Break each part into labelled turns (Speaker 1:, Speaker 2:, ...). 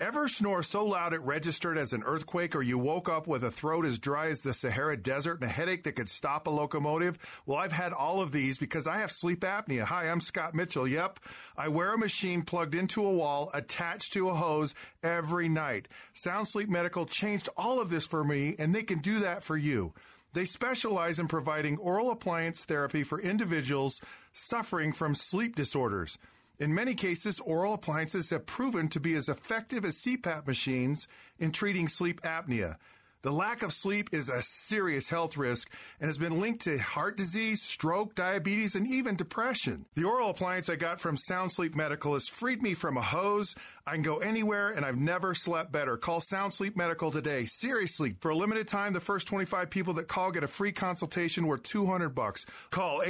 Speaker 1: Ever snore so loud it registered as an earthquake, or you woke up with a throat as dry as the Sahara Desert and a headache that could stop a locomotive? Well, I've had all of these because I have sleep apnea. Hi, I'm Scott Mitchell. Yep, I wear a machine plugged into a wall attached to a hose every night. Sound Sleep Medical changed all of this for me, and they can do that for you. They specialize in providing oral appliance therapy for individuals suffering from sleep disorders. In many cases, oral appliances have proven to be as effective as CPAP machines in treating sleep apnea. The lack of sleep is a serious health risk and has been linked to heart disease, stroke, diabetes, and even depression. The oral appliance I got from Sound Sleep Medical has freed me from a hose. I can go anywhere and I've never slept better. Call Sound Sleep Medical today. Seriously, for a limited time, the first 25 people that call get a free consultation worth 200 bucks. Call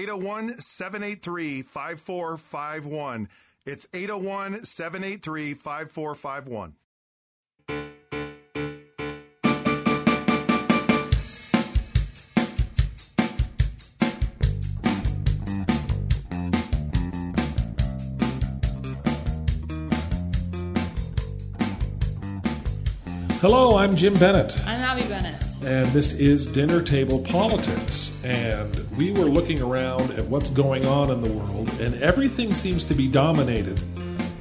Speaker 1: 801-783-5451. It's 801 783 5451.
Speaker 2: Hello, I'm Jim Bennett,
Speaker 3: I'm Abby Bennett.
Speaker 2: and this is Dinner Table Politics. And we were looking around at what's going on in the world, and everything seems to be dominated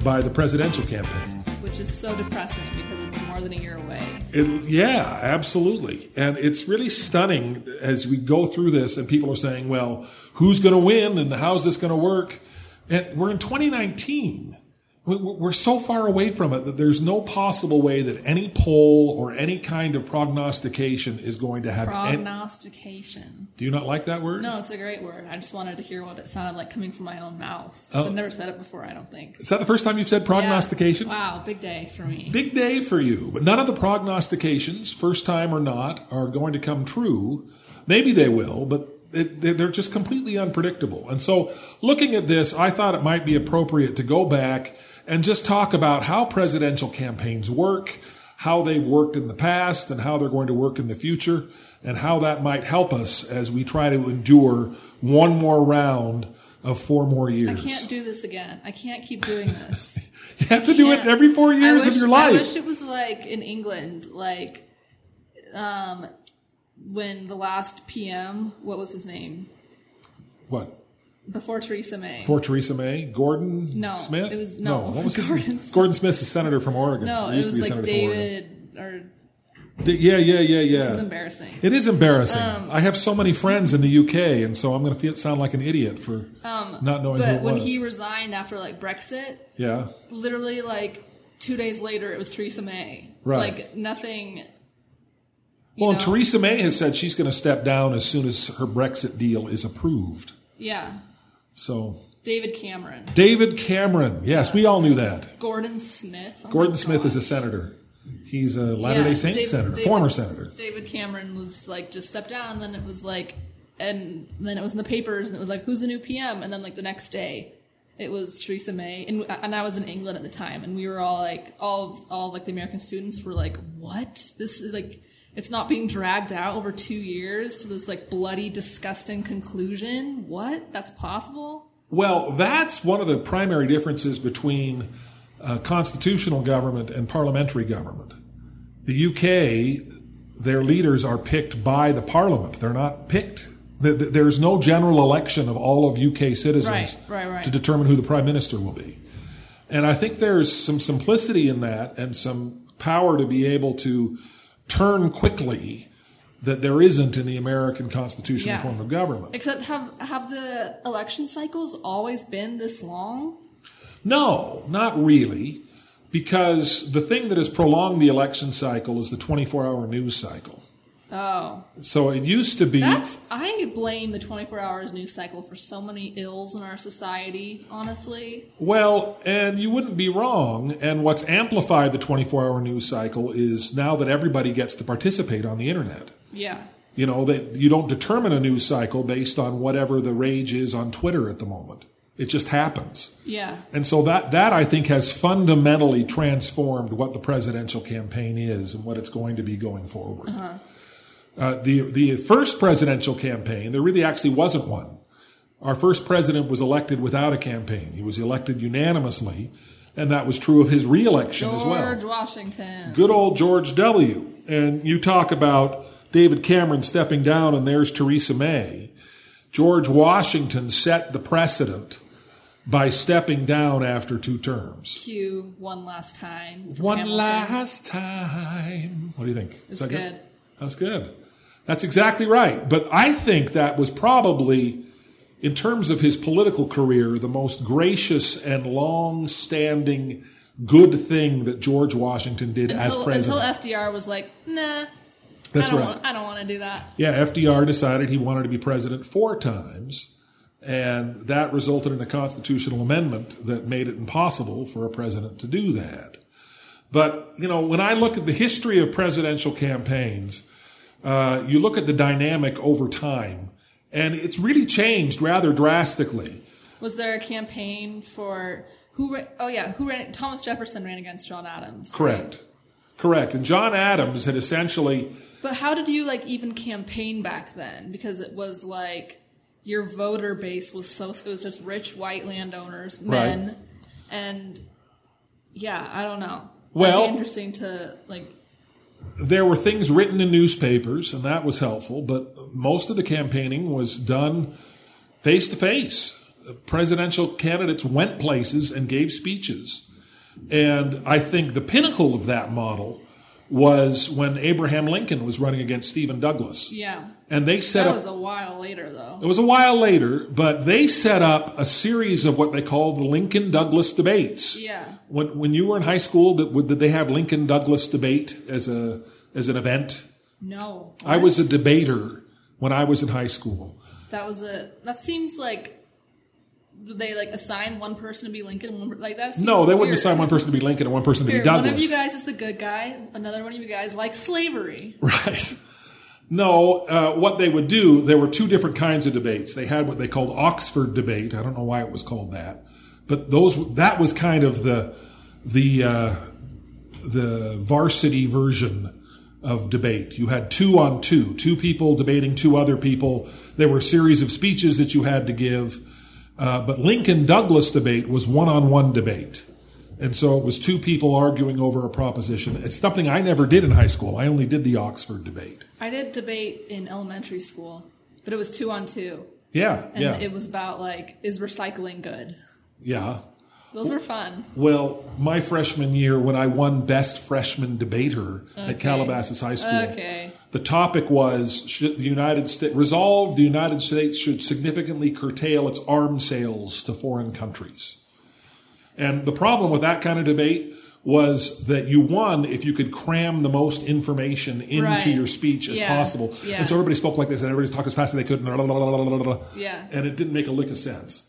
Speaker 2: by the presidential campaign.
Speaker 3: Which is so depressing because it's more than a year away.
Speaker 2: It, yeah, absolutely. And it's really stunning as we go through this, and people are saying, well, who's going to win and how's this going to work? And we're in 2019. We- We're so far away from it that there's no possible way that any poll or any kind of prognostication is going to have any.
Speaker 3: Prognostication.
Speaker 2: Do you not like that word?
Speaker 3: No, it's a great word. I just wanted to hear what it sounded like coming from my own mouth. 'Cause
Speaker 2: Oh.
Speaker 3: I've never said it before, I don't think.
Speaker 2: Is that the first time you've said prognostication?
Speaker 3: Yeah. Wow, big day for me.
Speaker 2: Big day for you, but none of the prognostications, first time or not, are going to come true. Maybe they will, but it, they- they're just completely unpredictable. And so, looking at this, I thought it might be appropriate to go back and just talk about how presidential campaigns work, how they've worked in the past, and how they're going to work in the future, and how that might help us as we try to endure one more round of four more years.
Speaker 3: I can't do this again. I can't keep doing this.
Speaker 2: You have to do it
Speaker 3: can't.
Speaker 2: every four
Speaker 3: I
Speaker 2: years of
Speaker 3: wish-
Speaker 2: your
Speaker 3: I
Speaker 2: life.
Speaker 3: wish it was like in England, like um, when the last PM, what was his name?
Speaker 2: What?
Speaker 3: Before Theresa May.
Speaker 2: For Theresa May? Gordon
Speaker 3: No,
Speaker 2: Smith?
Speaker 3: it was- no,
Speaker 2: What was his
Speaker 3: Gordon
Speaker 2: name?
Speaker 3: Smith.
Speaker 2: Gordon Smith's a senator from Oregon.
Speaker 3: no,
Speaker 2: He
Speaker 3: it
Speaker 2: used to
Speaker 3: was
Speaker 2: be senator
Speaker 3: like
Speaker 2: from Oregon.
Speaker 3: David or
Speaker 2: D- yeah, yeah, yeah, yeah.
Speaker 3: This is Um, embarrassing.
Speaker 2: It is embarrassing. I have so many friends in the UK, and so I'm going to feel, sound like an idiot for not knowing who
Speaker 3: Um, But
Speaker 2: it
Speaker 3: when
Speaker 2: was.
Speaker 3: he resigned after like Brexit,
Speaker 2: yeah.
Speaker 3: literally like two days later, it was Theresa May.
Speaker 2: Right.
Speaker 3: Like nothing. you
Speaker 2: Well, and
Speaker 3: know?
Speaker 2: Theresa May has said she's going to step down as soon as her Brexit deal is approved.
Speaker 3: Yeah,
Speaker 2: So,
Speaker 3: David Cameron,
Speaker 2: David Cameron. Yes, we all knew that.
Speaker 3: Gordon Smith. Oh my
Speaker 2: Gordon Smith
Speaker 3: God.
Speaker 2: is a senator. He's a
Speaker 3: Yeah,
Speaker 2: Latter day Saint
Speaker 3: David-
Speaker 2: senator,
Speaker 3: David-
Speaker 2: former senator.
Speaker 3: David Cameron was like just stepped down, and then it was like, and then it was in the papers, and it was like, who's the new PM? And then like the next day. It was Theresa May, and and I was in England at the time, and we were all like, all all like the American students were like, "What? This is like, it's not being dragged out over two years to this like bloody, disgusting conclusion. What? That's possible?
Speaker 2: Well, that's one of the primary differences between uh, constitutional government and parliamentary government. The UK, their leaders are picked by the parliament. They're not picked. th- th- There's no general election of all of UK citizens
Speaker 3: Right, right, right.
Speaker 2: to determine who the prime minister will be. And I think there's some simplicity in that and some power to be able to turn quickly that there isn't in the American constitutional
Speaker 3: Yeah.
Speaker 2: form of government.
Speaker 3: Except have have the election cycles always been this long?
Speaker 2: No, not really, because the thing that has prolonged the election cycle is the 24 hour news cycle.
Speaker 3: Oh,
Speaker 2: So it used to be.
Speaker 3: that's I blame the 24 hours news cycle for so many ills in our society. Honestly,
Speaker 2: Well, and you wouldn't be wrong. And what's amplified the 24 hour news cycle is now that everybody gets to participate on the internet.
Speaker 3: yeah,
Speaker 2: You know, that you don't determine a news cycle based on whatever the rage is on Twitter at the moment. It just happens.
Speaker 3: yeah,
Speaker 2: And so that, that I think has fundamentally transformed what the presidential campaign is and what it's going to be going forward. Uh, the, the first presidential campaign, there really actually wasn't one. Our first president was elected without a campaign. He was elected unanimously, and that was true of his reelection as well.
Speaker 3: George Washington.
Speaker 2: Good old George W. And you talk about David Cameron stepping down, and there's Theresa May. George Washington set the precedent by stepping down after two terms.
Speaker 3: Cue one last time. from
Speaker 2: One
Speaker 3: Hamilton.
Speaker 2: last time. What do you think? Is
Speaker 3: It's
Speaker 2: that
Speaker 3: good.
Speaker 2: That's good. That's exactly right. But I think that was probably, in terms of his political career, the most gracious and long standing good thing that George Washington did as
Speaker 3: Until,
Speaker 2: president.
Speaker 3: until FDR was like, nah,
Speaker 2: That's
Speaker 3: I don't
Speaker 2: right.
Speaker 3: want, I don't want to do that.
Speaker 2: Yeah, FDR decided he wanted to be president four times, and that resulted in a constitutional amendment that made it impossible for a president to do that. But, you know, when I look at the history of presidential campaigns, uh, you look at the dynamic over time, and it's really changed rather drastically.
Speaker 3: Was there a campaign for who? Ra- oh yeah, who ran? Thomas Jefferson ran against John Adams.
Speaker 2: Correct. Correct. And John Adams had essentially.
Speaker 3: But how did you like even campaign back then? Because it was like your voter base was so it was just rich white landowners, men,
Speaker 2: Right.
Speaker 3: and yeah, I don't know.
Speaker 2: Well-
Speaker 3: It'd be interesting to like.
Speaker 2: there were things written in newspapers, and that was helpful, but most of the campaigning was done face to face. Presidential candidates went places and gave speeches. And I think the pinnacle of that model was when Abraham Lincoln was running against Stephen Douglas.
Speaker 3: Yeah,
Speaker 2: And they set
Speaker 3: that
Speaker 2: up
Speaker 3: was a while later though.
Speaker 2: it was a while later, but they set up a series of what they called the Lincoln Douglas debates.
Speaker 3: Yeah.
Speaker 2: When when you were in high school, did, would- did they have Lincoln Douglas debate as a as an event?
Speaker 3: No,
Speaker 2: I was a debater when I was in high school.
Speaker 3: that was a that seems like. Did they like assign one person to be Lincoln? and One, per- like that? Seems
Speaker 2: No, they wouldn't
Speaker 3: weird.
Speaker 2: assign one person to be Lincoln and one person to be
Speaker 3: Weird.
Speaker 2: Douglas.
Speaker 3: One of you guys is the good guy. Another one of you guys likes slavery.
Speaker 2: Right. No, uh, what they would do, there were two different kinds of debates. They had what they called Oxford debate. I don't know why it was called that, but those that was kind of the the uh, the varsity version of debate. You had two on two, two people debating two other people. There were a series of speeches that you had to give. Uh, but Lincoln Douglas debate was one on one debate. And so it was two people arguing over a proposition. It's something I never did in high school. I only did the Oxford debate.
Speaker 3: I did debate in elementary school, but it was two on two,
Speaker 2: Yeah,
Speaker 3: and
Speaker 2: yeah,
Speaker 3: it was about like is recycling good.
Speaker 2: yeah.
Speaker 3: Those were fun.
Speaker 2: Well, my freshman year, when I won best freshman debater at Calabasas High School,
Speaker 3: Okay,
Speaker 2: the topic was should the United States resolve the United States should significantly curtail its arms sales to foreign countries. And the problem with that kind of debate was that you won if you could cram the most information into
Speaker 3: Right.
Speaker 2: your speech as
Speaker 3: Yeah.
Speaker 2: possible.
Speaker 3: Yeah.
Speaker 2: And so everybody spoke like this and everybody talked as fast as they could. And, blah, blah, blah, blah, blah, blah.
Speaker 3: Yeah.
Speaker 2: and it didn't make a lick of sense.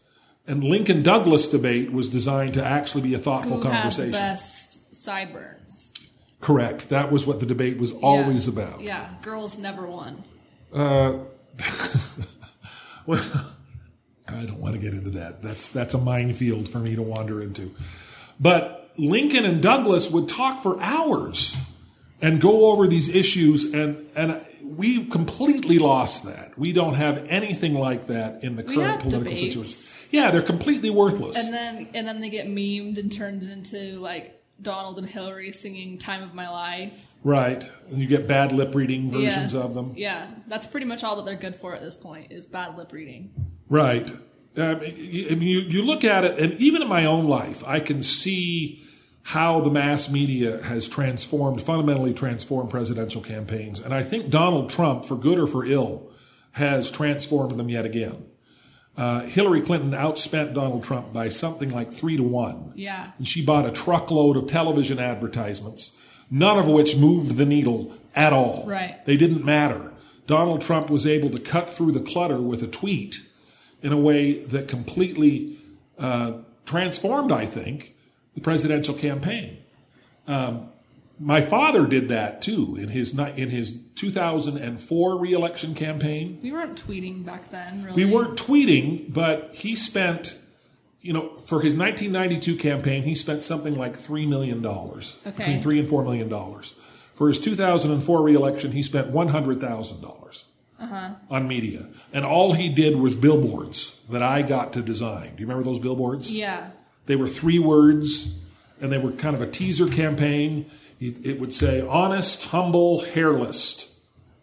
Speaker 2: And Lincoln Douglas debate was designed to actually be a thoughtful
Speaker 3: who had the
Speaker 2: conversation.
Speaker 3: best sideburns?
Speaker 2: Correct. That was what the debate was always about.
Speaker 3: Yeah, girls never won.
Speaker 2: Uh, Well, I don't want to get into that. That's that's a minefield for me to wander into. But Lincoln and Douglas would talk for hours and go over these issues, and and we've completely lost that. We don't have anything like that in the
Speaker 3: We
Speaker 2: current
Speaker 3: have
Speaker 2: political
Speaker 3: debates.
Speaker 2: situation. Yeah, they're completely worthless.
Speaker 3: And then and then they get memed and turned into like Donald and Hillary singing "Time of My Life."
Speaker 2: right? And you get bad lip reading versions
Speaker 3: yeah.
Speaker 2: of them.
Speaker 3: Yeah, that's pretty much all that they're good for at this point is bad lip reading.
Speaker 2: Right. Um, you, you you look at it, and even in my own life, I can see how the mass media has transformed, fundamentally transformed presidential campaigns. And I think Donald Trump, for good or for ill, has transformed them yet again. Uh, Hillary Clinton outspent Donald Trump by something like three to one.
Speaker 3: Yeah.
Speaker 2: And she bought a truckload of television advertisements, none of which moved the needle at all.
Speaker 3: Right.
Speaker 2: They didn't matter. Donald Trump was able to cut through the clutter with a tweet in a way that completely uh, transformed, I think, the presidential campaign. Um, my father did that too in his ni- in his 2004 reelection campaign.
Speaker 3: We weren't tweeting back then, really.
Speaker 2: We weren't tweeting, but he spent, you know, for his 1992 campaign, he spent something like three million dollars, between three and four million dollars. For his 2004 reelection, he spent one hundred thousand dollars
Speaker 3: Uh-huh.
Speaker 2: on media, and all he did was billboards that I got to design. Do you remember those billboards?
Speaker 3: Yeah.
Speaker 2: They were three words, and they were kind of a teaser campaign. It it would say "honest, humble, hairless,"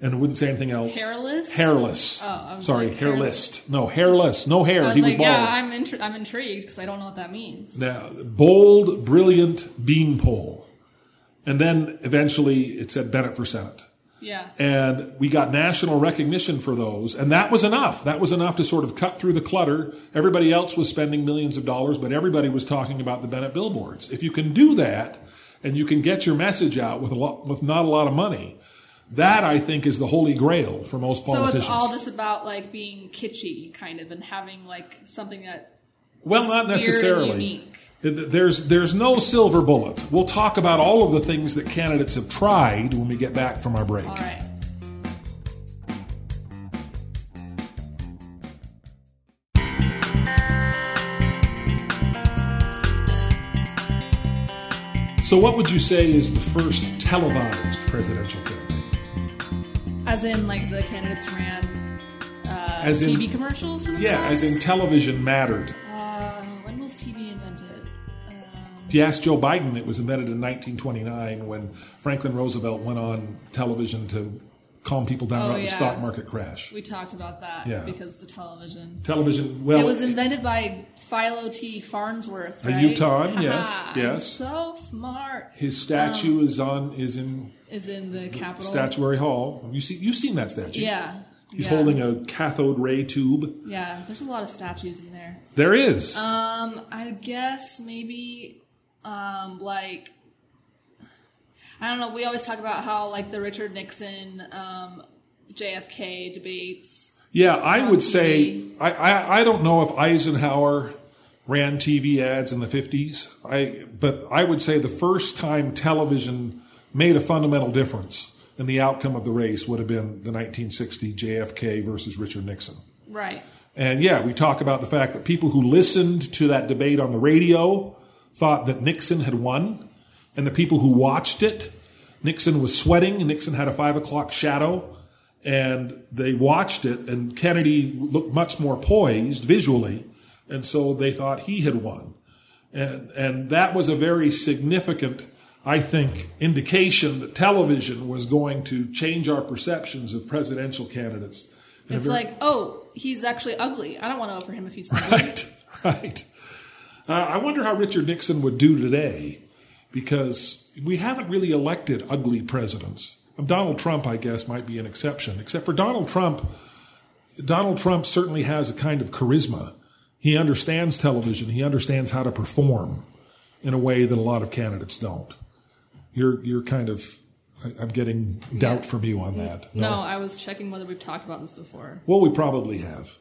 Speaker 2: and it wouldn't say anything else.
Speaker 3: Hairless?
Speaker 2: Hairless.
Speaker 3: Oh, I was
Speaker 2: sorry,
Speaker 3: like,
Speaker 2: hairless. No, hairless. No hair.
Speaker 3: I was
Speaker 2: Uh, he
Speaker 3: like,
Speaker 2: was bald.
Speaker 3: yeah, I'm, intri- I'm intrigued because I don't know what that means.
Speaker 2: now, bold, brilliant beanpole, and then eventually it said Bennett for Senate.
Speaker 3: Yeah.
Speaker 2: And we got national recognition for those. And that was enough. That was enough to sort of cut through the clutter. Everybody else was spending millions of dollars, but everybody was talking about the Bennett billboards. If you can do that and you can get your message out with a lot, with not a lot of money, that I think is the holy grail for most
Speaker 3: So
Speaker 2: politicians.
Speaker 3: it's all just about like being kitschy, kind of, and having like something that
Speaker 2: well, not
Speaker 3: weird and
Speaker 2: necessarily.
Speaker 3: unique.
Speaker 2: There's there's no silver bullet. We'll talk about all of the things that candidates have tried when we get back from our break.
Speaker 3: All right.
Speaker 2: So, what would you say is the first televised presidential campaign?
Speaker 3: As in, like the candidates ran uh,
Speaker 2: As in-
Speaker 3: TV commercials for
Speaker 2: Yeah,
Speaker 3: themselves.
Speaker 2: as in television mattered.
Speaker 3: uh, when was TV invented? Um,
Speaker 2: If you ask Joe Biden, it was invented in 1929 when Franklin Roosevelt went on television to calm people down
Speaker 3: Oh,
Speaker 2: about
Speaker 3: yeah.
Speaker 2: the stock market crash.
Speaker 3: we talked about that
Speaker 2: Yeah.
Speaker 3: because the television.
Speaker 2: Television, well,
Speaker 3: it was invented by Philo T. Farnsworth,
Speaker 2: A
Speaker 3: right?
Speaker 2: Utahn,
Speaker 3: Haha,
Speaker 2: yes,
Speaker 3: I'm
Speaker 2: yes.
Speaker 3: so smart.
Speaker 2: his statue
Speaker 3: Oh.
Speaker 2: is on is in
Speaker 3: Is in the Capitol.
Speaker 2: Statuary Hall. You see, you've seen that statue.
Speaker 3: Yeah.
Speaker 2: He's
Speaker 3: yeah.
Speaker 2: holding a cathode ray tube.
Speaker 3: Yeah, there's a lot of statues in there.
Speaker 2: There is.
Speaker 3: Um, I guess maybe, um, like, I don't know. We always talk about how like the Richard Nixon, um, JFK debates.
Speaker 2: Yeah, I
Speaker 3: on
Speaker 2: would
Speaker 3: TV.
Speaker 2: say I, I I don't know if Eisenhower ran TV ads in the fifties. I but I would say the first time television made a fundamental difference in the outcome of the race would have been the 1960 JFK versus Richard Nixon.
Speaker 3: Right.
Speaker 2: And yeah, we talk about the fact that people who listened to that debate on the radio thought that Nixon had won, and the people who watched it, Nixon was sweating, and Nixon had a five o'clock shadow, and they watched it, and Kennedy looked much more poised visually, and so they thought he had won. And, and that was a very significant, I think, indication that television was going to change our perceptions of presidential candidates. in a
Speaker 3: It's
Speaker 2: very-
Speaker 3: like, oh, he's actually ugly. I don't want to vote for him if he's ugly.
Speaker 2: Right, right. Uh, I wonder how Richard Nixon would do today because we haven't really elected ugly presidents. Um, Donald Trump, I guess, might be an exception, except for Donald Trump. Donald Trump certainly has a kind of charisma. He understands television, he understands how to perform in a way that a lot of candidates don't. You're, you're kind of, I- I'm getting doubt from you on that.
Speaker 3: No, I was checking whether we've talked about this before.
Speaker 2: Well, we probably have.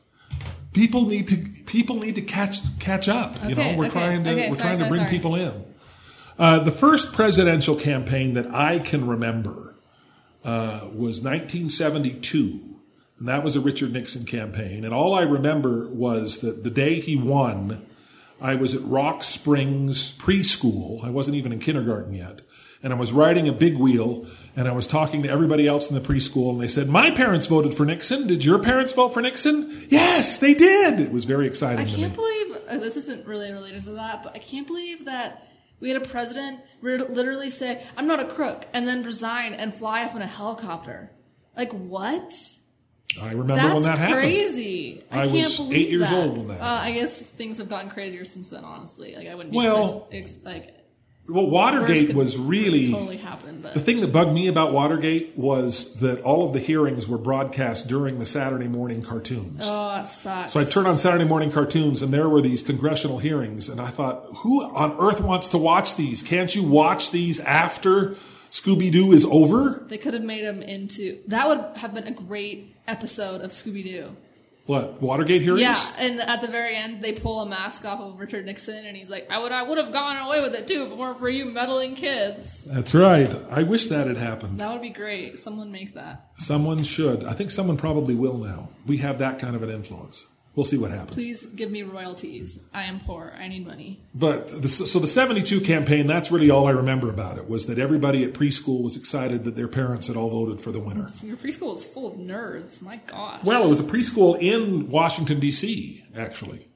Speaker 2: People need to people need to catch catch up. you know,
Speaker 3: Okay,
Speaker 2: we're
Speaker 3: okay,
Speaker 2: trying to
Speaker 3: okay,
Speaker 2: we're
Speaker 3: sorry,
Speaker 2: trying to
Speaker 3: sorry,
Speaker 2: bring
Speaker 3: sorry.
Speaker 2: people in. Uh, the first presidential campaign that I can remember uh, was 1972, and that was a Richard Nixon campaign. And all I remember was that the day he won, I was at Rock Springs preschool. I wasn't even in kindergarten yet. And I was riding a big wheel and I was talking to everybody else in the preschool and they said, My parents voted for Nixon. Did your parents vote for Nixon? Yes, they did. It was very exciting
Speaker 3: I
Speaker 2: to me.
Speaker 3: can't believe uh, this isn't really related to that, but I can't believe that we had a president re- literally say, "I'm not a crook," and then resign and fly off in a helicopter. Like what?
Speaker 2: I remember
Speaker 3: That's
Speaker 2: when that happened.
Speaker 3: crazy. I,
Speaker 2: I
Speaker 3: can't
Speaker 2: was
Speaker 3: believe
Speaker 2: eight years
Speaker 3: that.
Speaker 2: old when that
Speaker 3: Uh, I guess things have gotten crazier since then. Honestly, like I wouldn't be
Speaker 2: Well-
Speaker 3: well, ex- like
Speaker 2: Well, Watergate
Speaker 3: could
Speaker 2: was really
Speaker 3: totally happened,
Speaker 2: the
Speaker 3: but
Speaker 2: thing that bugged me about Watergate was that all of the hearings were broadcast during the Saturday morning cartoons.
Speaker 3: oh, that sucks.
Speaker 2: So I turned on Saturday morning cartoons, and there were these congressional hearings, and I thought, who on earth wants to watch these? Can't you watch these after Scooby Doo is over?
Speaker 3: They could have made him into that would have been a great episode of Scooby Doo.
Speaker 2: What Watergate hearings?
Speaker 3: Yeah, and at the very end, they pull a mask off of Richard Nixon, and he's like, "I would, I would have gone away with it too if it weren't for you meddling kids."
Speaker 2: that's right. I wish that had happened.
Speaker 3: That would be great. Someone make that,
Speaker 2: Someone should. I think someone probably will now. We have that kind of an influence. We'll see what happens.
Speaker 3: please. Give me royalties. I am poor. I need money.
Speaker 2: But the, so the 72 campaign, that's really all I remember about it was that everybody at preschool was excited that their parents had all voted for the winner.
Speaker 3: Your preschool is full of nerds. My gosh.
Speaker 2: Well, it was a preschool in Washington, D.C., actually.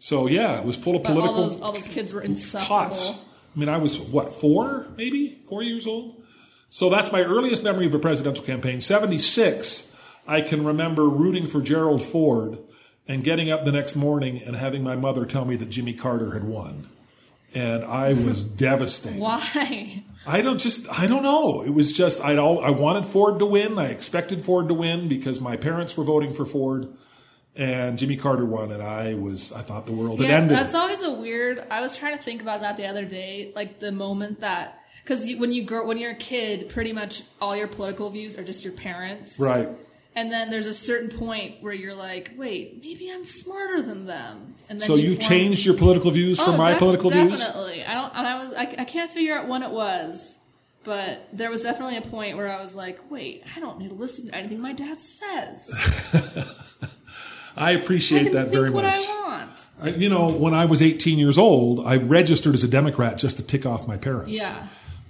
Speaker 2: So, yeah, it was full of
Speaker 3: But all
Speaker 2: political
Speaker 3: those all those kids were
Speaker 2: tots.
Speaker 3: insufferable.
Speaker 2: I mean, I was, what, four, maybe? Four years old? So that's my earliest memory of a presidential campaign. 76, I can remember rooting for Gerald Ford and getting up the next morning and having my mother tell me that Jimmy Carter had won. And I was devastated.
Speaker 3: Why?
Speaker 2: I don't just I don't know. It was just I all I wanted Ford to win. I expected Ford to win because my parents were voting for Ford, and Jimmy Carter won, and I was I thought the world
Speaker 3: yeah,
Speaker 2: had ended.
Speaker 3: That's always a weird. I was trying to think about that the other day, like the moment that because you, when you grow when you're a kid, pretty much all your political views are just your parents,
Speaker 2: right.
Speaker 3: And then there's a certain point where you're like, wait, maybe I'm smarter than them. And then
Speaker 2: So you
Speaker 3: form-
Speaker 2: changed your political views
Speaker 3: Oh,
Speaker 2: from my
Speaker 3: def-
Speaker 2: political
Speaker 3: definitely.
Speaker 2: views.
Speaker 3: I don't. And I was. I, I can't figure out when it was. But there was definitely a point where I was like, "Wait, I don't need to listen to anything my dad says.
Speaker 2: I
Speaker 3: I
Speaker 2: appreciate
Speaker 3: can
Speaker 2: that
Speaker 3: think
Speaker 2: very
Speaker 3: what
Speaker 2: much.
Speaker 3: I want."
Speaker 2: I- you know, when I was 18 years old, I registered as a Democrat just to tick off my parents.
Speaker 3: Yeah,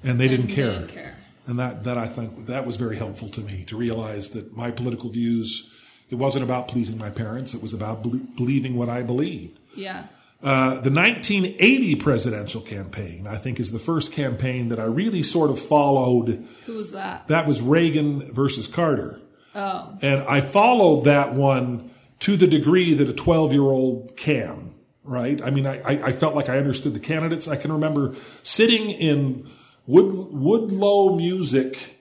Speaker 2: and they didn't
Speaker 3: They
Speaker 2: care.
Speaker 3: didn't care.
Speaker 2: And that, that I think that was very helpful to me to realize that my political views, it wasn't about pleasing my parents. It was about bel- believing what I believed.
Speaker 3: yeah.
Speaker 2: Uh, the 1980 presidential campaign, I think, is the first campaign that I really sort of followed.
Speaker 3: Who was that?
Speaker 2: That was Reagan versus Carter. Oh. And I followed that one to the degree that a 12 year old can, right? I mean, I, I, I felt like I understood the candidates. I can remember sitting in Wood, Woodlow Music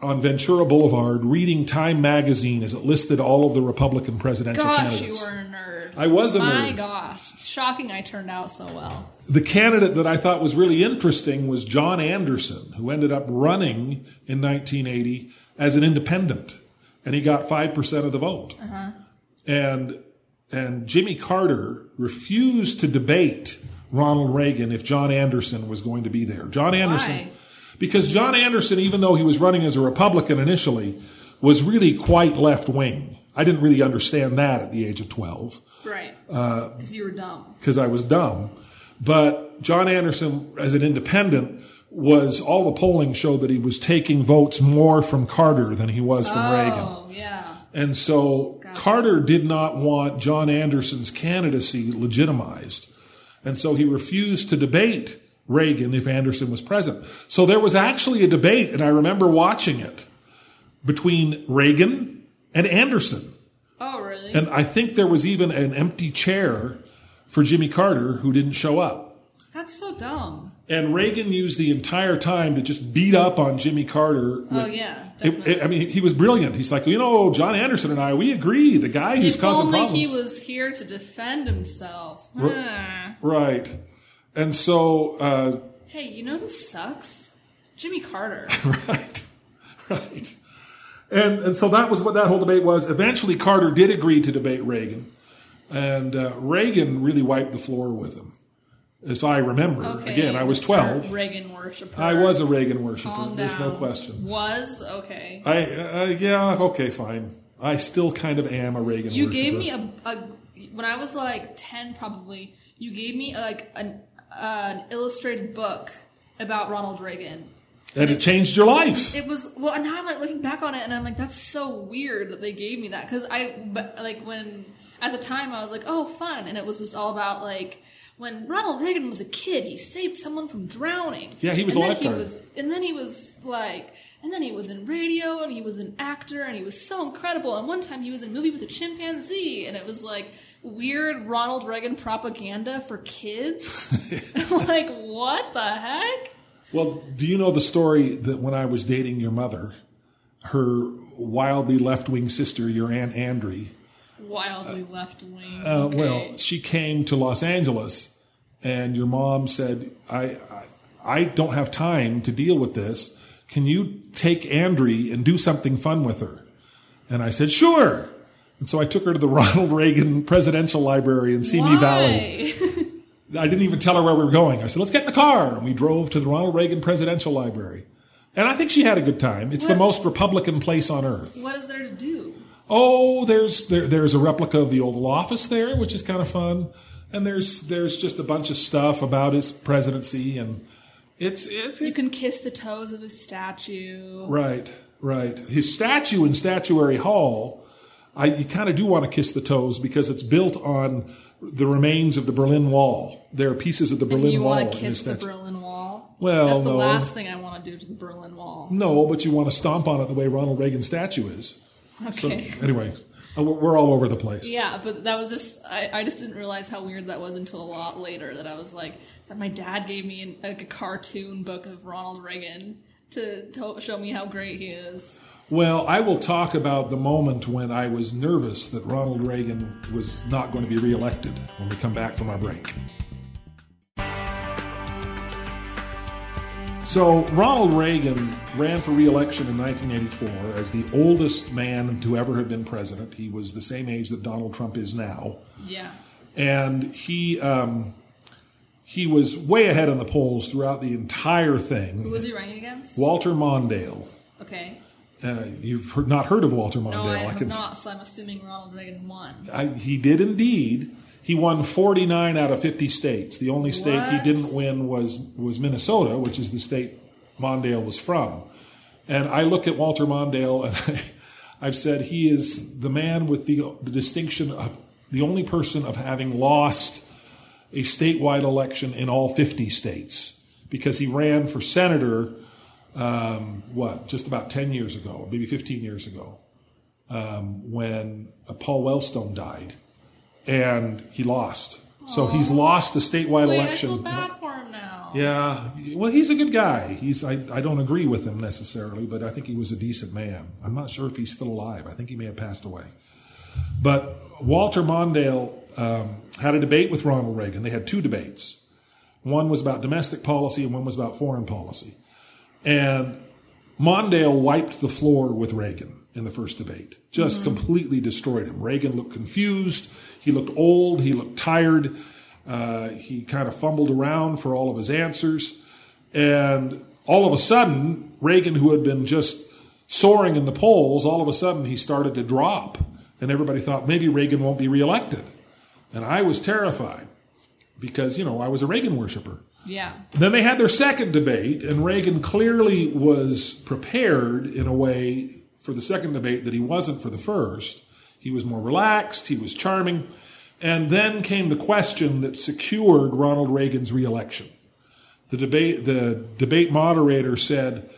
Speaker 2: on Ventura Boulevard reading Time magazine as it listed all of the Republican presidential
Speaker 3: Gosh, you
Speaker 2: candidates.
Speaker 3: were a nerd.
Speaker 2: I was a
Speaker 3: My
Speaker 2: nerd.
Speaker 3: gosh, it's shocking I turned out so well.
Speaker 2: the candidate that I thought was really interesting was John Anderson, who ended up running in 1980 as an independent, and he got five percent of the vote. And and Jimmy Carter refused to debate Ronald Reagan if John Anderson was going to be there. John Anderson,
Speaker 3: Why?
Speaker 2: because John Anderson, even though he was running as a Republican initially, was really quite left wing. I didn't really understand that at the age of 12
Speaker 3: Right.
Speaker 2: Uh,
Speaker 3: Because you were dumb.
Speaker 2: because I was dumb. But John Anderson, as an independent, was all the polling showed that he was taking votes more from Carter than he was from Reagan.
Speaker 3: Oh, yeah.
Speaker 2: And so Carter did not want John Anderson's candidacy legitimized. And so he refused to debate Reagan if Anderson was present. So there was actually a debate, and I remember watching it between Reagan and Anderson.
Speaker 3: Oh, really?
Speaker 2: And I think there was even an empty chair for Jimmy Carter who didn't show up.
Speaker 3: That's so dumb.
Speaker 2: And Reagan used the entire time to just beat up on Jimmy Carter.
Speaker 3: Oh,
Speaker 2: with-
Speaker 3: yeah.
Speaker 2: It-
Speaker 3: Definitely.
Speaker 2: it- I mean, he was brilliant. He's like, you know, John Anderson and I, we agree. The guy who's
Speaker 3: if
Speaker 2: causing
Speaker 3: only
Speaker 2: problems.
Speaker 3: he was here to defend himself. Ah.
Speaker 2: right. And so, uh,
Speaker 3: Hey, you know who sucks? Jimmy Carter.
Speaker 2: right, right. And, and so that was what that whole debate was. Eventually, Carter did agree to debate Reagan. And uh, Reagan really wiped the floor with him, as I remember.
Speaker 3: Okay,
Speaker 2: Again, I was
Speaker 3: Mr.
Speaker 2: 12.
Speaker 3: Reagan worshiper.
Speaker 2: I was a Reagan worshiper.
Speaker 3: Calm
Speaker 2: There's no
Speaker 3: down.
Speaker 2: question.
Speaker 3: Was? Okay.
Speaker 2: I uh, yeah okay fine. I still kind of am a Reagan.
Speaker 3: You
Speaker 2: worshiper.
Speaker 3: gave me a, a when I was like ten, probably. You gave me like an an illustrated book about Ronald Reagan.
Speaker 2: and it changed your life.
Speaker 3: It was well, and now I'm like looking back on it, and I'm like, that's so weird that they gave me that because I but like when at the time I was like, oh, fun, and it was just all about like when Ronald Reagan was a kid, he saved someone from drowning.
Speaker 2: Yeah, he was
Speaker 3: and
Speaker 2: a
Speaker 3: then he
Speaker 2: lifeguard.
Speaker 3: was, And then he was like, and then he was in radio, and he was an actor, and he was so incredible. And one time he was in a movie with a chimpanzee, and it was like weird Ronald Reagan propaganda for kids. like, what the heck?
Speaker 2: Well, do you know the story that when I was dating your mother, her wildly left wing sister, your Aunt Andrie,
Speaker 3: Wildly left wing.
Speaker 2: Uh, well, she came to Los Angeles, and your mom said, I, I, I don't have time to deal with this. Can you take Andre and do something fun with her? And I said, Sure. And so I took her to the Ronald Reagan Presidential Library in Simi Valley. I didn't even tell her where we were going. I said, Let's get in the car. And we drove to the Ronald Reagan Presidential Library. And I think she had a good time. It's the
Speaker 3: What?
Speaker 2: most Republican place on earth.
Speaker 3: What is there to do?
Speaker 2: Oh, there's there, there's a replica of the Oval Office there, which is kind of fun, and there's there's just a bunch of stuff about his presidency, and it's it's
Speaker 3: You can kiss the toes of his statue.
Speaker 2: right, right. His statue in Statuary Hall, I you kind of do want to kiss the toes because it's built on the remains of the Berlin Wall. There are pieces of the Berlin
Speaker 3: and you
Speaker 2: Wall.
Speaker 3: want to
Speaker 2: in his
Speaker 3: kiss the
Speaker 2: statue.
Speaker 3: Berlin Wall?
Speaker 2: Well,
Speaker 3: That's the
Speaker 2: no.
Speaker 3: last thing I want to do to the Berlin Wall.
Speaker 2: No, but you want to stomp on it the way Ronald Reagan's statue is.
Speaker 3: Okay.
Speaker 2: Anyway, uh, we're we're all over the place.
Speaker 3: yeah, but that was just, I, I just didn't realize how weird that was until a lot later that I was like, that my dad gave me an, like a cartoon book of Ronald Reagan to, to show me how great he is.
Speaker 2: Well, I will talk about the moment when I was nervous that Ronald Reagan was not going to be reelected when we come back from our break. So, Ronald Reagan ran for reelection in 1984 as the oldest man to ever have been president. He was the same age that Donald Trump is now
Speaker 3: Yeah.
Speaker 2: and he um, he was way ahead on the polls throughout the entire
Speaker 3: Who
Speaker 2: thing.
Speaker 3: was he running against?
Speaker 2: Walter Mondale.
Speaker 3: Okay.
Speaker 2: Uh, you've heard, not heard of Walter Mondale?
Speaker 3: No, I
Speaker 2: I
Speaker 3: have
Speaker 2: can-
Speaker 3: not, so I'm assuming Ronald Reagan won.
Speaker 2: I, he did indeed. He won 49 out of 50 states. The only state he
Speaker 3: What?
Speaker 2: didn't win was was Minnesota, which is the state Mondale was from. And I look at Walter Mondale, and I, I've said he is the man with the, the distinction of the only person of having lost a statewide election in all 50 states because he ran for senator, um, what, just about 10 years ago, maybe 15 years ago when uh, Paul Wellstone died, and he lost. So he's lost a statewide
Speaker 3: Wait, I
Speaker 2: election.
Speaker 3: feel bad for him now.
Speaker 2: Yeah, well, he's a good guy. He's I, I don't agree with him necessarily, but I think he was a decent man. I'm not sure if he's still alive. I think he may have passed away. But Walter Mondale um, had a debate with Ronald Reagan. They had two debates. One was about domestic policy, and one was about foreign policy. And Mondale wiped the floor with Reagan in the first debate, just completely destroyed him. Reagan looked confused. He looked old. He looked tired. Uh, he kind of fumbled around for all of his answers. And all of a sudden, Reagan, who had been just soaring in the polls, all of a sudden he started to drop. And everybody thought maybe Reagan won't be reelected. And I was terrified because, you know, I was a Reagan worshiper.
Speaker 3: Yeah.
Speaker 2: Then they had their second debate, and Reagan clearly was prepared in a way for the second debate that he wasn't for the first. He was more relaxed, he was charming. And then came the question that secured Ronald Reagan's reelection. The debate, the debate moderator said,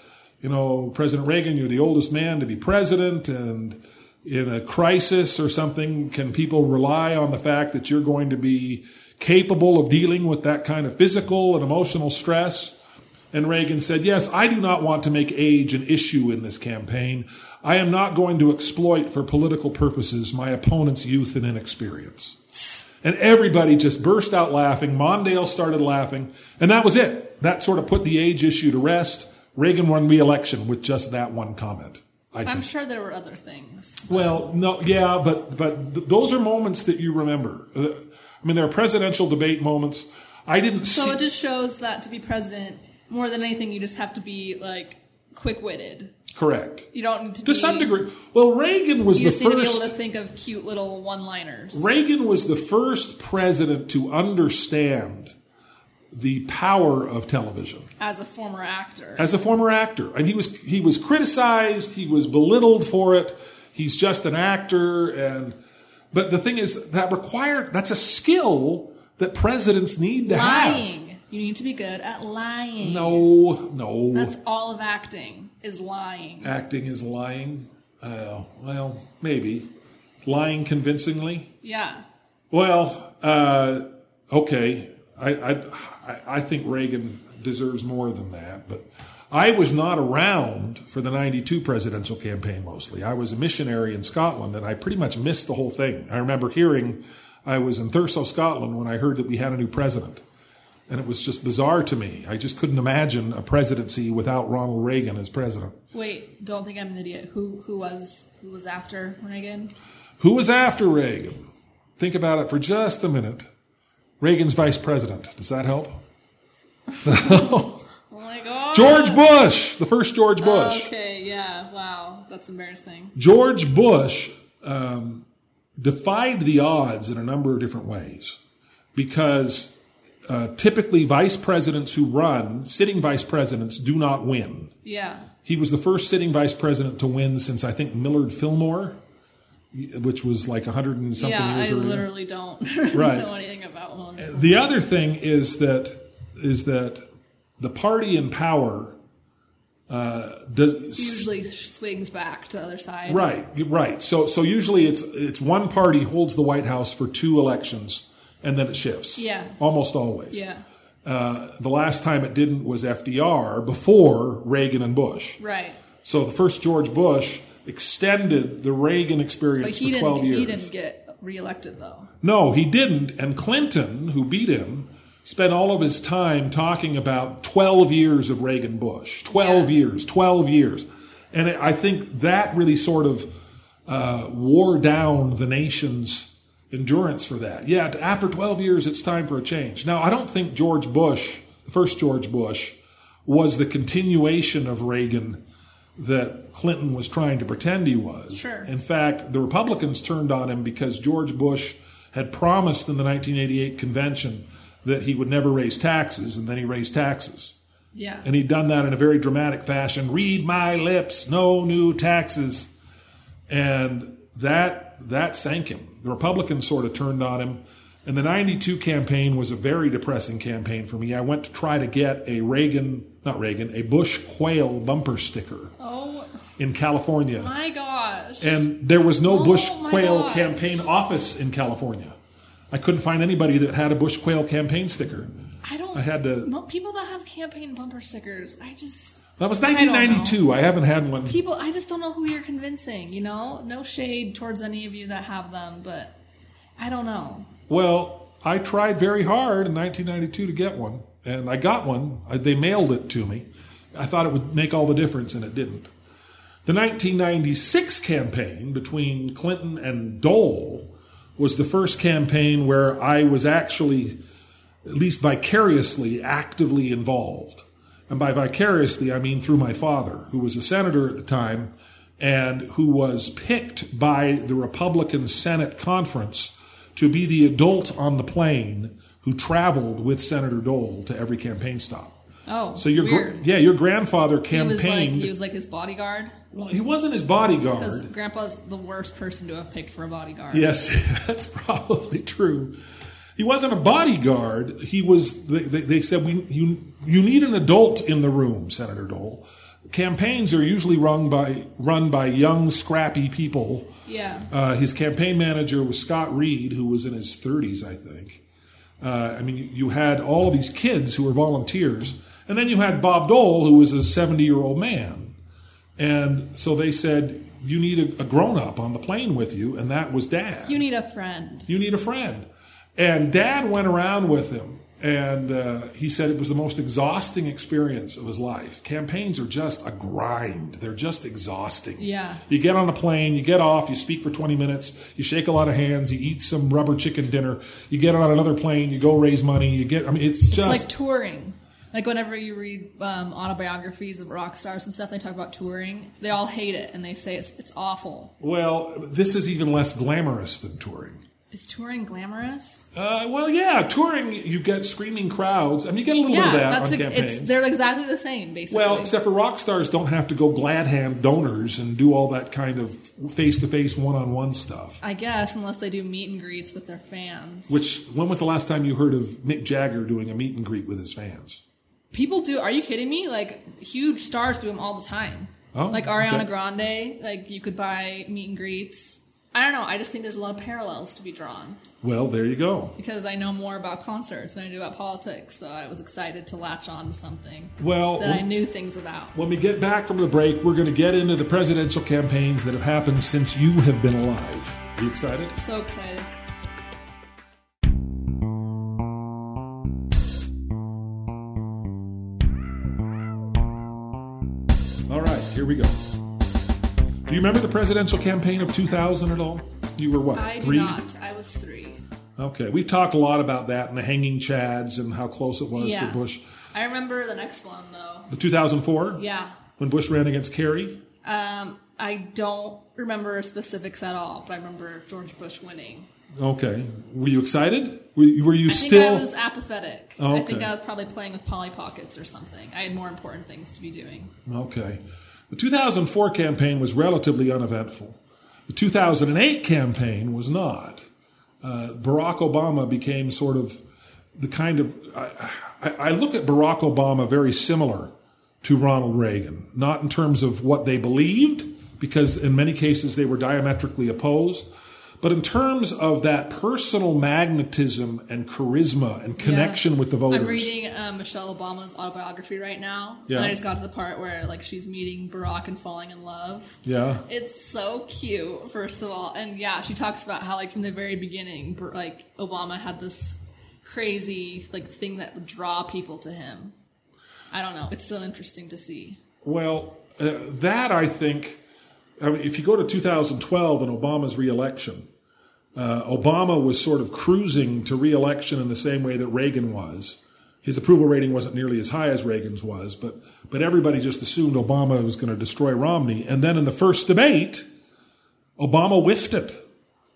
Speaker 2: you know, President Reagan, you're the oldest man to be president, and in a crisis or something, can people rely on the fact that you're going to be capable of dealing with that kind of physical and emotional stress? And Reagan said, Yes, I do not want to make age an issue in this campaign. I am not going to exploit for political purposes my opponent's youth and inexperience. And everybody just burst out laughing. Mondale started laughing. And that was it. That sort of put the age issue to rest. Reagan won re election with just that one comment. I think.
Speaker 3: I'm sure there were other things.
Speaker 2: Well, no, yeah, but but th- those are moments that you remember. Uh, I mean, there are presidential debate moments. I didn't see.
Speaker 3: So it just shows that to be president, more than anything, you just have to be like quick witted.
Speaker 2: correct.
Speaker 3: You don't need to
Speaker 2: To
Speaker 3: be,
Speaker 2: some degree. Well, Reagan was
Speaker 3: You
Speaker 2: the
Speaker 3: just need to be able
Speaker 2: first.
Speaker 3: to think of cute little one liners.
Speaker 2: Reagan was the first president to understand the power of television.
Speaker 3: As a former actor,
Speaker 2: as a former actor, and he was he was criticized, he was belittled for it. He's just an actor, and but the thing is that required that's a skill that presidents need to
Speaker 3: lying. You need to be good at lying.
Speaker 2: have. No, no.
Speaker 3: That's all of acting is lying.
Speaker 2: Acting is lying. Uh, well, maybe. Lying convincingly.
Speaker 3: Yeah.
Speaker 2: Well, uh, okay. I, I, I- I think Reagan deserves more than that, but I was not around for the 92 presidential campaign mostly. I was a missionary in Scotland and I pretty much missed the whole thing. I remember hearing, I was in Thurso, Scotland when I heard that we had a new president. And it was just bizarre to me. I just couldn't imagine a presidency without Ronald Reagan as president.
Speaker 3: Wait, don't think I'm an idiot. Who who was who was after Reagan?
Speaker 2: Who was after Reagan? Think about it for just a minute. Reagan's vice president. Does that help?
Speaker 3: Oh my god.
Speaker 2: George Bush, the first George Bush.
Speaker 3: Oh, Okay, yeah. Wow, that's embarrassing.
Speaker 2: George Bush um, defied the odds in a number of different ways because uh, typically vice presidents who run, sitting vice presidents, do not win.
Speaker 3: Yeah.
Speaker 2: He was the first sitting vice president to win since I think Millard Fillmore, which was like 100 and something
Speaker 3: Yeah,
Speaker 2: years
Speaker 3: I
Speaker 2: earlier.
Speaker 3: literally don't
Speaker 2: Right.
Speaker 3: know anything about one.
Speaker 2: The other thing is that is that the party in power uh, does
Speaker 3: Usually swings back to the other side.
Speaker 2: Right, you- right. So so usually it's it's one party holds the White House for two elections and then it shifts.
Speaker 3: Yeah.
Speaker 2: Almost always.
Speaker 3: Yeah.
Speaker 2: Uh, the last time it didn't was FDR before Reagan and Bush.
Speaker 3: Right.
Speaker 2: So the first George Bush extended the Reagan
Speaker 3: But
Speaker 2: experience
Speaker 3: he
Speaker 2: for
Speaker 3: didn't
Speaker 2: 12 years.
Speaker 3: he didn't get reelected though.
Speaker 2: No, he didn't. And Clinton, who beat him, spent all of his time talking about 12 years of Reagan Bush. 12 years, 12 years. And I I think that really sort of uh, wore down the nation's endurance for that. Yeah, after 12 years, it's time for a change. Now, I don't think George Bush, the first George Bush, was the continuation of Reagan that Clinton was trying to pretend he was.
Speaker 3: Sure.
Speaker 2: In fact, the Republicans turned on him because George Bush had promised in the 1988 convention that he would never raise taxes, and then he raised taxes.
Speaker 3: Yeah.
Speaker 2: And he'd done that in a very dramatic fashion read my lips, no new taxes. And that, that sank him. The Republicans sort of turned on him. And the 92 campaign was a very depressing campaign for me. I went to try to get a Reagan, not Reagan, a Bush quail bumper sticker
Speaker 3: oh
Speaker 2: in California.
Speaker 3: my gosh.
Speaker 2: And there was no Bush
Speaker 3: Oh my
Speaker 2: Quail
Speaker 3: gosh.
Speaker 2: campaign office in California. I couldn't find anybody that had a Bush Quail campaign sticker.
Speaker 3: I don't
Speaker 2: I had to.
Speaker 3: Mo- people that have campaign bumper stickers, I just
Speaker 2: That was
Speaker 3: I don't know.
Speaker 2: 1992. I, haven't had one.
Speaker 3: people i just don't know who you're convincing you know no shade towards any of you that have them but i don't know
Speaker 2: Well, I tried very hard in 1992 to get one, and I got one. I, they mailed it to me. I thought it would make all the difference, and it didn't. The 1996 campaign between Clinton and Dole was the first campaign where I was actually, at least vicariously, actively involved. And by vicariously, I mean through my father, who was a senator at the time and who was picked by the Republican Senate conference to be the adult on the plane who traveled with Senator Dole to every campaign stop.
Speaker 3: oh
Speaker 2: So your gr-
Speaker 3: weird.
Speaker 2: yeah, your grandfather
Speaker 3: he was like
Speaker 2: campaigned.
Speaker 3: he was like his bodyguard
Speaker 2: Well, he wasn't his
Speaker 3: because
Speaker 2: bodyguard.
Speaker 3: grandpa's the worst person to have picked for a bodyguard
Speaker 2: Yes, that's probably true. He wasn't a bodyguard. He was. They, they, they said we you you need an adult in the room, Senator Dole. Campaigns are usually run by run by young, scrappy people.
Speaker 3: yeah
Speaker 2: Uh, his campaign manager was Scott Reed, who was in his 30s, I think. Uh, I mean, you, you had all of these kids who were volunteers, and then you had Bob Dole, who was a 70 year old man. And so they said, You need a, a grown up on the plane with you, and that was Dad.
Speaker 3: you need a friend
Speaker 2: You need a friend. And Dad went around with him, and uh, he said it was the most exhausting experience of his life. Campaigns are just a grind, they're just exhausting.
Speaker 3: Yeah.
Speaker 2: You get on a plane, you get off, you speak for 20 minutes, you shake a lot of hands, you eat some rubber chicken dinner, you get on another plane, you go raise money, you get, I mean, it's
Speaker 3: it's
Speaker 2: just.
Speaker 3: like touring like whenever you read um, autobiographies of rock stars and stuff they talk about touring they all hate it and they say it's, it's awful
Speaker 2: well, this is even less glamorous than touring.
Speaker 3: Is touring glamorous?
Speaker 2: Uh, well, yeah, touring, you get screaming crowds. I mean, you get a little bit of that on
Speaker 3: a-
Speaker 2: campaigns.
Speaker 3: they're exactly the same, basically.
Speaker 2: Well, except for rock stars don't have to go glad hand donors and do all that kind of face to face, one on one stuff.
Speaker 3: I guess unless they do meet and greets with their fans,
Speaker 2: Which, when was the last time you heard of Mick Jagger doing a meet and greet with his fans?
Speaker 3: people do. Are you kidding me? Like huge stars do them all the time.
Speaker 2: Oh,
Speaker 3: like Ariana
Speaker 2: okay.
Speaker 3: Grande, like you could buy meet and greets. I don't know. I just think there's a lot of parallels to be drawn
Speaker 2: Well, there you go.
Speaker 3: because I know more about concerts than I do about politics. So I was excited to latch on to something
Speaker 2: Well,
Speaker 3: that I knew things about.
Speaker 2: when we get back from the break, we're going to get into the presidential campaigns that have happened since you have been alive. Are you excited?
Speaker 3: So excited.
Speaker 2: All right, here we go. Do you remember the presidential campaign of 2000 at all? You were what?
Speaker 3: I do
Speaker 2: three?
Speaker 3: not. I was three.
Speaker 2: Okay, we've talked a lot about that and the hanging chads and how close it was
Speaker 3: Yeah.
Speaker 2: to Bush.
Speaker 3: I remember the next one though.
Speaker 2: The 2004?
Speaker 3: Yeah.
Speaker 2: When Bush ran against Kerry?
Speaker 3: Um, I don't remember specifics at all, but I remember George Bush winning.
Speaker 2: Okay. Were you excited? Were you, were you
Speaker 3: I think
Speaker 2: still.
Speaker 3: I was apathetic.
Speaker 2: Oh,
Speaker 3: I think
Speaker 2: okay.
Speaker 3: I was probably playing with Polly Pockets or something. I had more important things to be doing.
Speaker 2: Okay. The 2004 campaign was relatively uneventful. The 2008 campaign was not. Uh, Barack Obama became sort of the kind of. I, I, I look at Barack Obama very similar to Ronald Reagan, not in terms of what they believed, because in many cases they were diametrically opposed, but in terms of that personal magnetism and charisma and connection with the voters.
Speaker 3: I'm reading uh, Michelle Obama's autobiography right now,
Speaker 2: Yeah.
Speaker 3: and I just got to the part where like she's meeting Barack and falling in love.
Speaker 2: Yeah.
Speaker 3: It's so cute, first of all, and yeah, she talks about how like from the very beginning, Bar- like Obama had this crazy like thing that would draw people to him. I don't know. It's so interesting to see.
Speaker 2: Well, uh, that I think, I mean, if you go to 2012 and Obama's reelection, uh, Obama was sort of cruising to reelection in the same way that Reagan was. His approval rating wasn't nearly as high as Reagan's was, but but everybody just assumed Obama was going to destroy Romney. And then in the first debate, Obama whiffed it.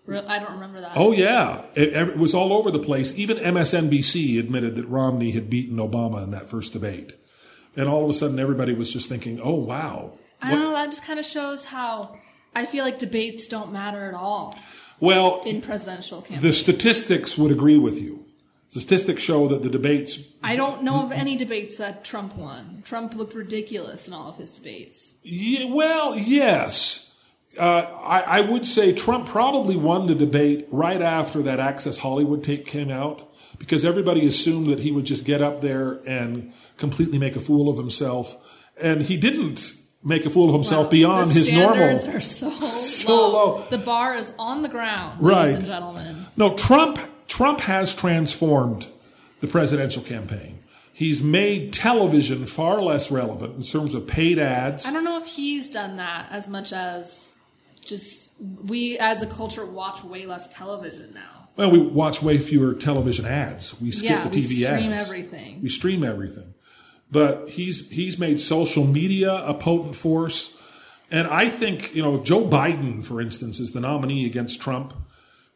Speaker 3: Re- I don't remember that.
Speaker 2: Oh yeah, it, it was all over the place. Even MSNBC admitted that Romney had beaten Obama in that first debate, and all of a sudden everybody was just thinking, "Oh wow,
Speaker 3: I don't know. That just kind of shows how I feel like debates don't matter at all
Speaker 2: Well,
Speaker 3: in presidential campaigns.
Speaker 2: the statistics would agree with you. Statistics show that the debates,
Speaker 3: I don't know of any debates that Trump won. Trump looked ridiculous in all of his debates.
Speaker 2: yeah, well, yes. Uh, I, I would say Trump probably won the debate right after that Access Hollywood tape came out because everybody assumed that he would just get up there and completely make a fool of himself. And he didn't make a fool of himself beyond
Speaker 3: the
Speaker 2: his normal.
Speaker 3: standards are so,
Speaker 2: So
Speaker 3: low.
Speaker 2: low.
Speaker 3: The bar is on the ground,
Speaker 2: Right.
Speaker 3: ladies and gentlemen.
Speaker 2: No, Trump Trump has transformed the presidential campaign. He's made television far less relevant in terms of paid ads.
Speaker 3: I don't know if he's done that as much as just we as a culture watch way less television now.
Speaker 2: Well, we watch way fewer television ads. We skip
Speaker 3: Yeah,
Speaker 2: the TV
Speaker 3: we stream
Speaker 2: ads.
Speaker 3: everything.
Speaker 2: We stream everything. But he's he's made social media a potent force. And I think, you know, if Joe Biden, for instance, is the nominee against Trump.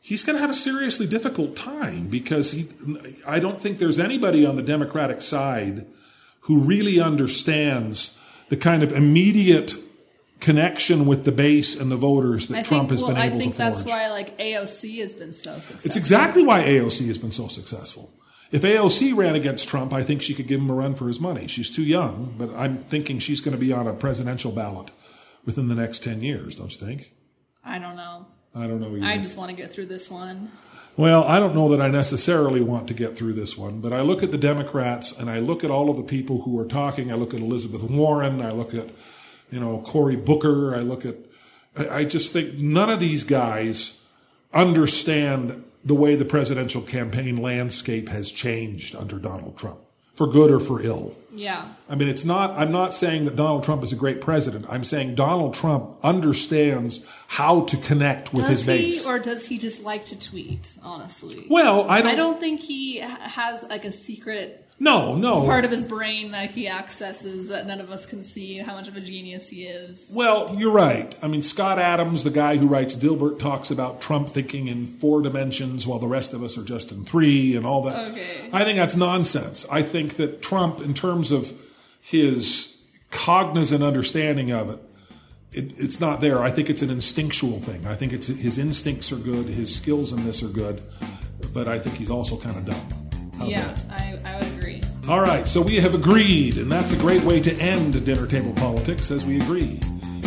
Speaker 2: He's going to have a seriously difficult time because he, I don't think there's anybody on the Democratic side who really understands the kind of immediate connection with the base and the voters that
Speaker 3: I
Speaker 2: Trump
Speaker 3: think,
Speaker 2: has
Speaker 3: well,
Speaker 2: been
Speaker 3: I
Speaker 2: able
Speaker 3: think
Speaker 2: to forge.
Speaker 3: that's why like AOC has been so successful.
Speaker 2: It's exactly why AOC has been so successful. If AOC ran against Trump, I think she could give him a run for his money. She's too young, but I'm thinking she's going to be on a presidential ballot within the next 10 years, don't you think?
Speaker 3: I don't know.
Speaker 2: I don't know either.
Speaker 3: I just want to get through this one.
Speaker 2: Well, I don't know that I necessarily want to get through this one, but I look at the Democrats and I look at all of the people who are talking. I look at Elizabeth Warren. I look at, you know, Cory Booker. I look at, I, I just think none of these guys understand the way the presidential campaign landscape has changed under Donald Trump, for good or for ill.
Speaker 3: Yeah.
Speaker 2: I mean, it's not, I'm not saying that Donald Trump is a great president. I'm saying Donald Trump understands how to connect with his
Speaker 3: Does he
Speaker 2: base.
Speaker 3: or does he just like to tweet? Honestly,
Speaker 2: well,
Speaker 3: I don't think he ha- has like a secret
Speaker 2: No, no.
Speaker 3: part of his brain that he accesses that none of us can see how much of a genius he is.
Speaker 2: Well, you're right. I mean, Scott Adams, the guy who writes Dilbert, talks about Trump thinking in four dimensions while the rest of us are just in three and all that.
Speaker 3: Okay.
Speaker 2: I think that's nonsense. I think that Trump, in terms of his cognizant understanding of it, it, it's not there. I think it's an instinctual thing. I think it's his instincts are good, his skills in this are good, but I think he's also kind of dumb. How's
Speaker 3: yeah,
Speaker 2: that?
Speaker 3: I, I would agree.
Speaker 2: All right, so we have agreed, and that's a great way to end dinner table politics as we agree.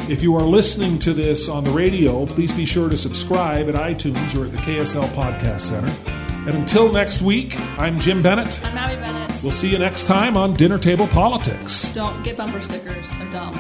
Speaker 2: If you are listening to this on the radio, please be sure to subscribe at iTunes or at the KSL Podcast Center. And until next week, I'm Jim Bennett.
Speaker 3: I'm Abby Bennett.
Speaker 2: We'll see you next time on Dinner Table Politics.
Speaker 3: Don't get bumper stickers. They're dumb.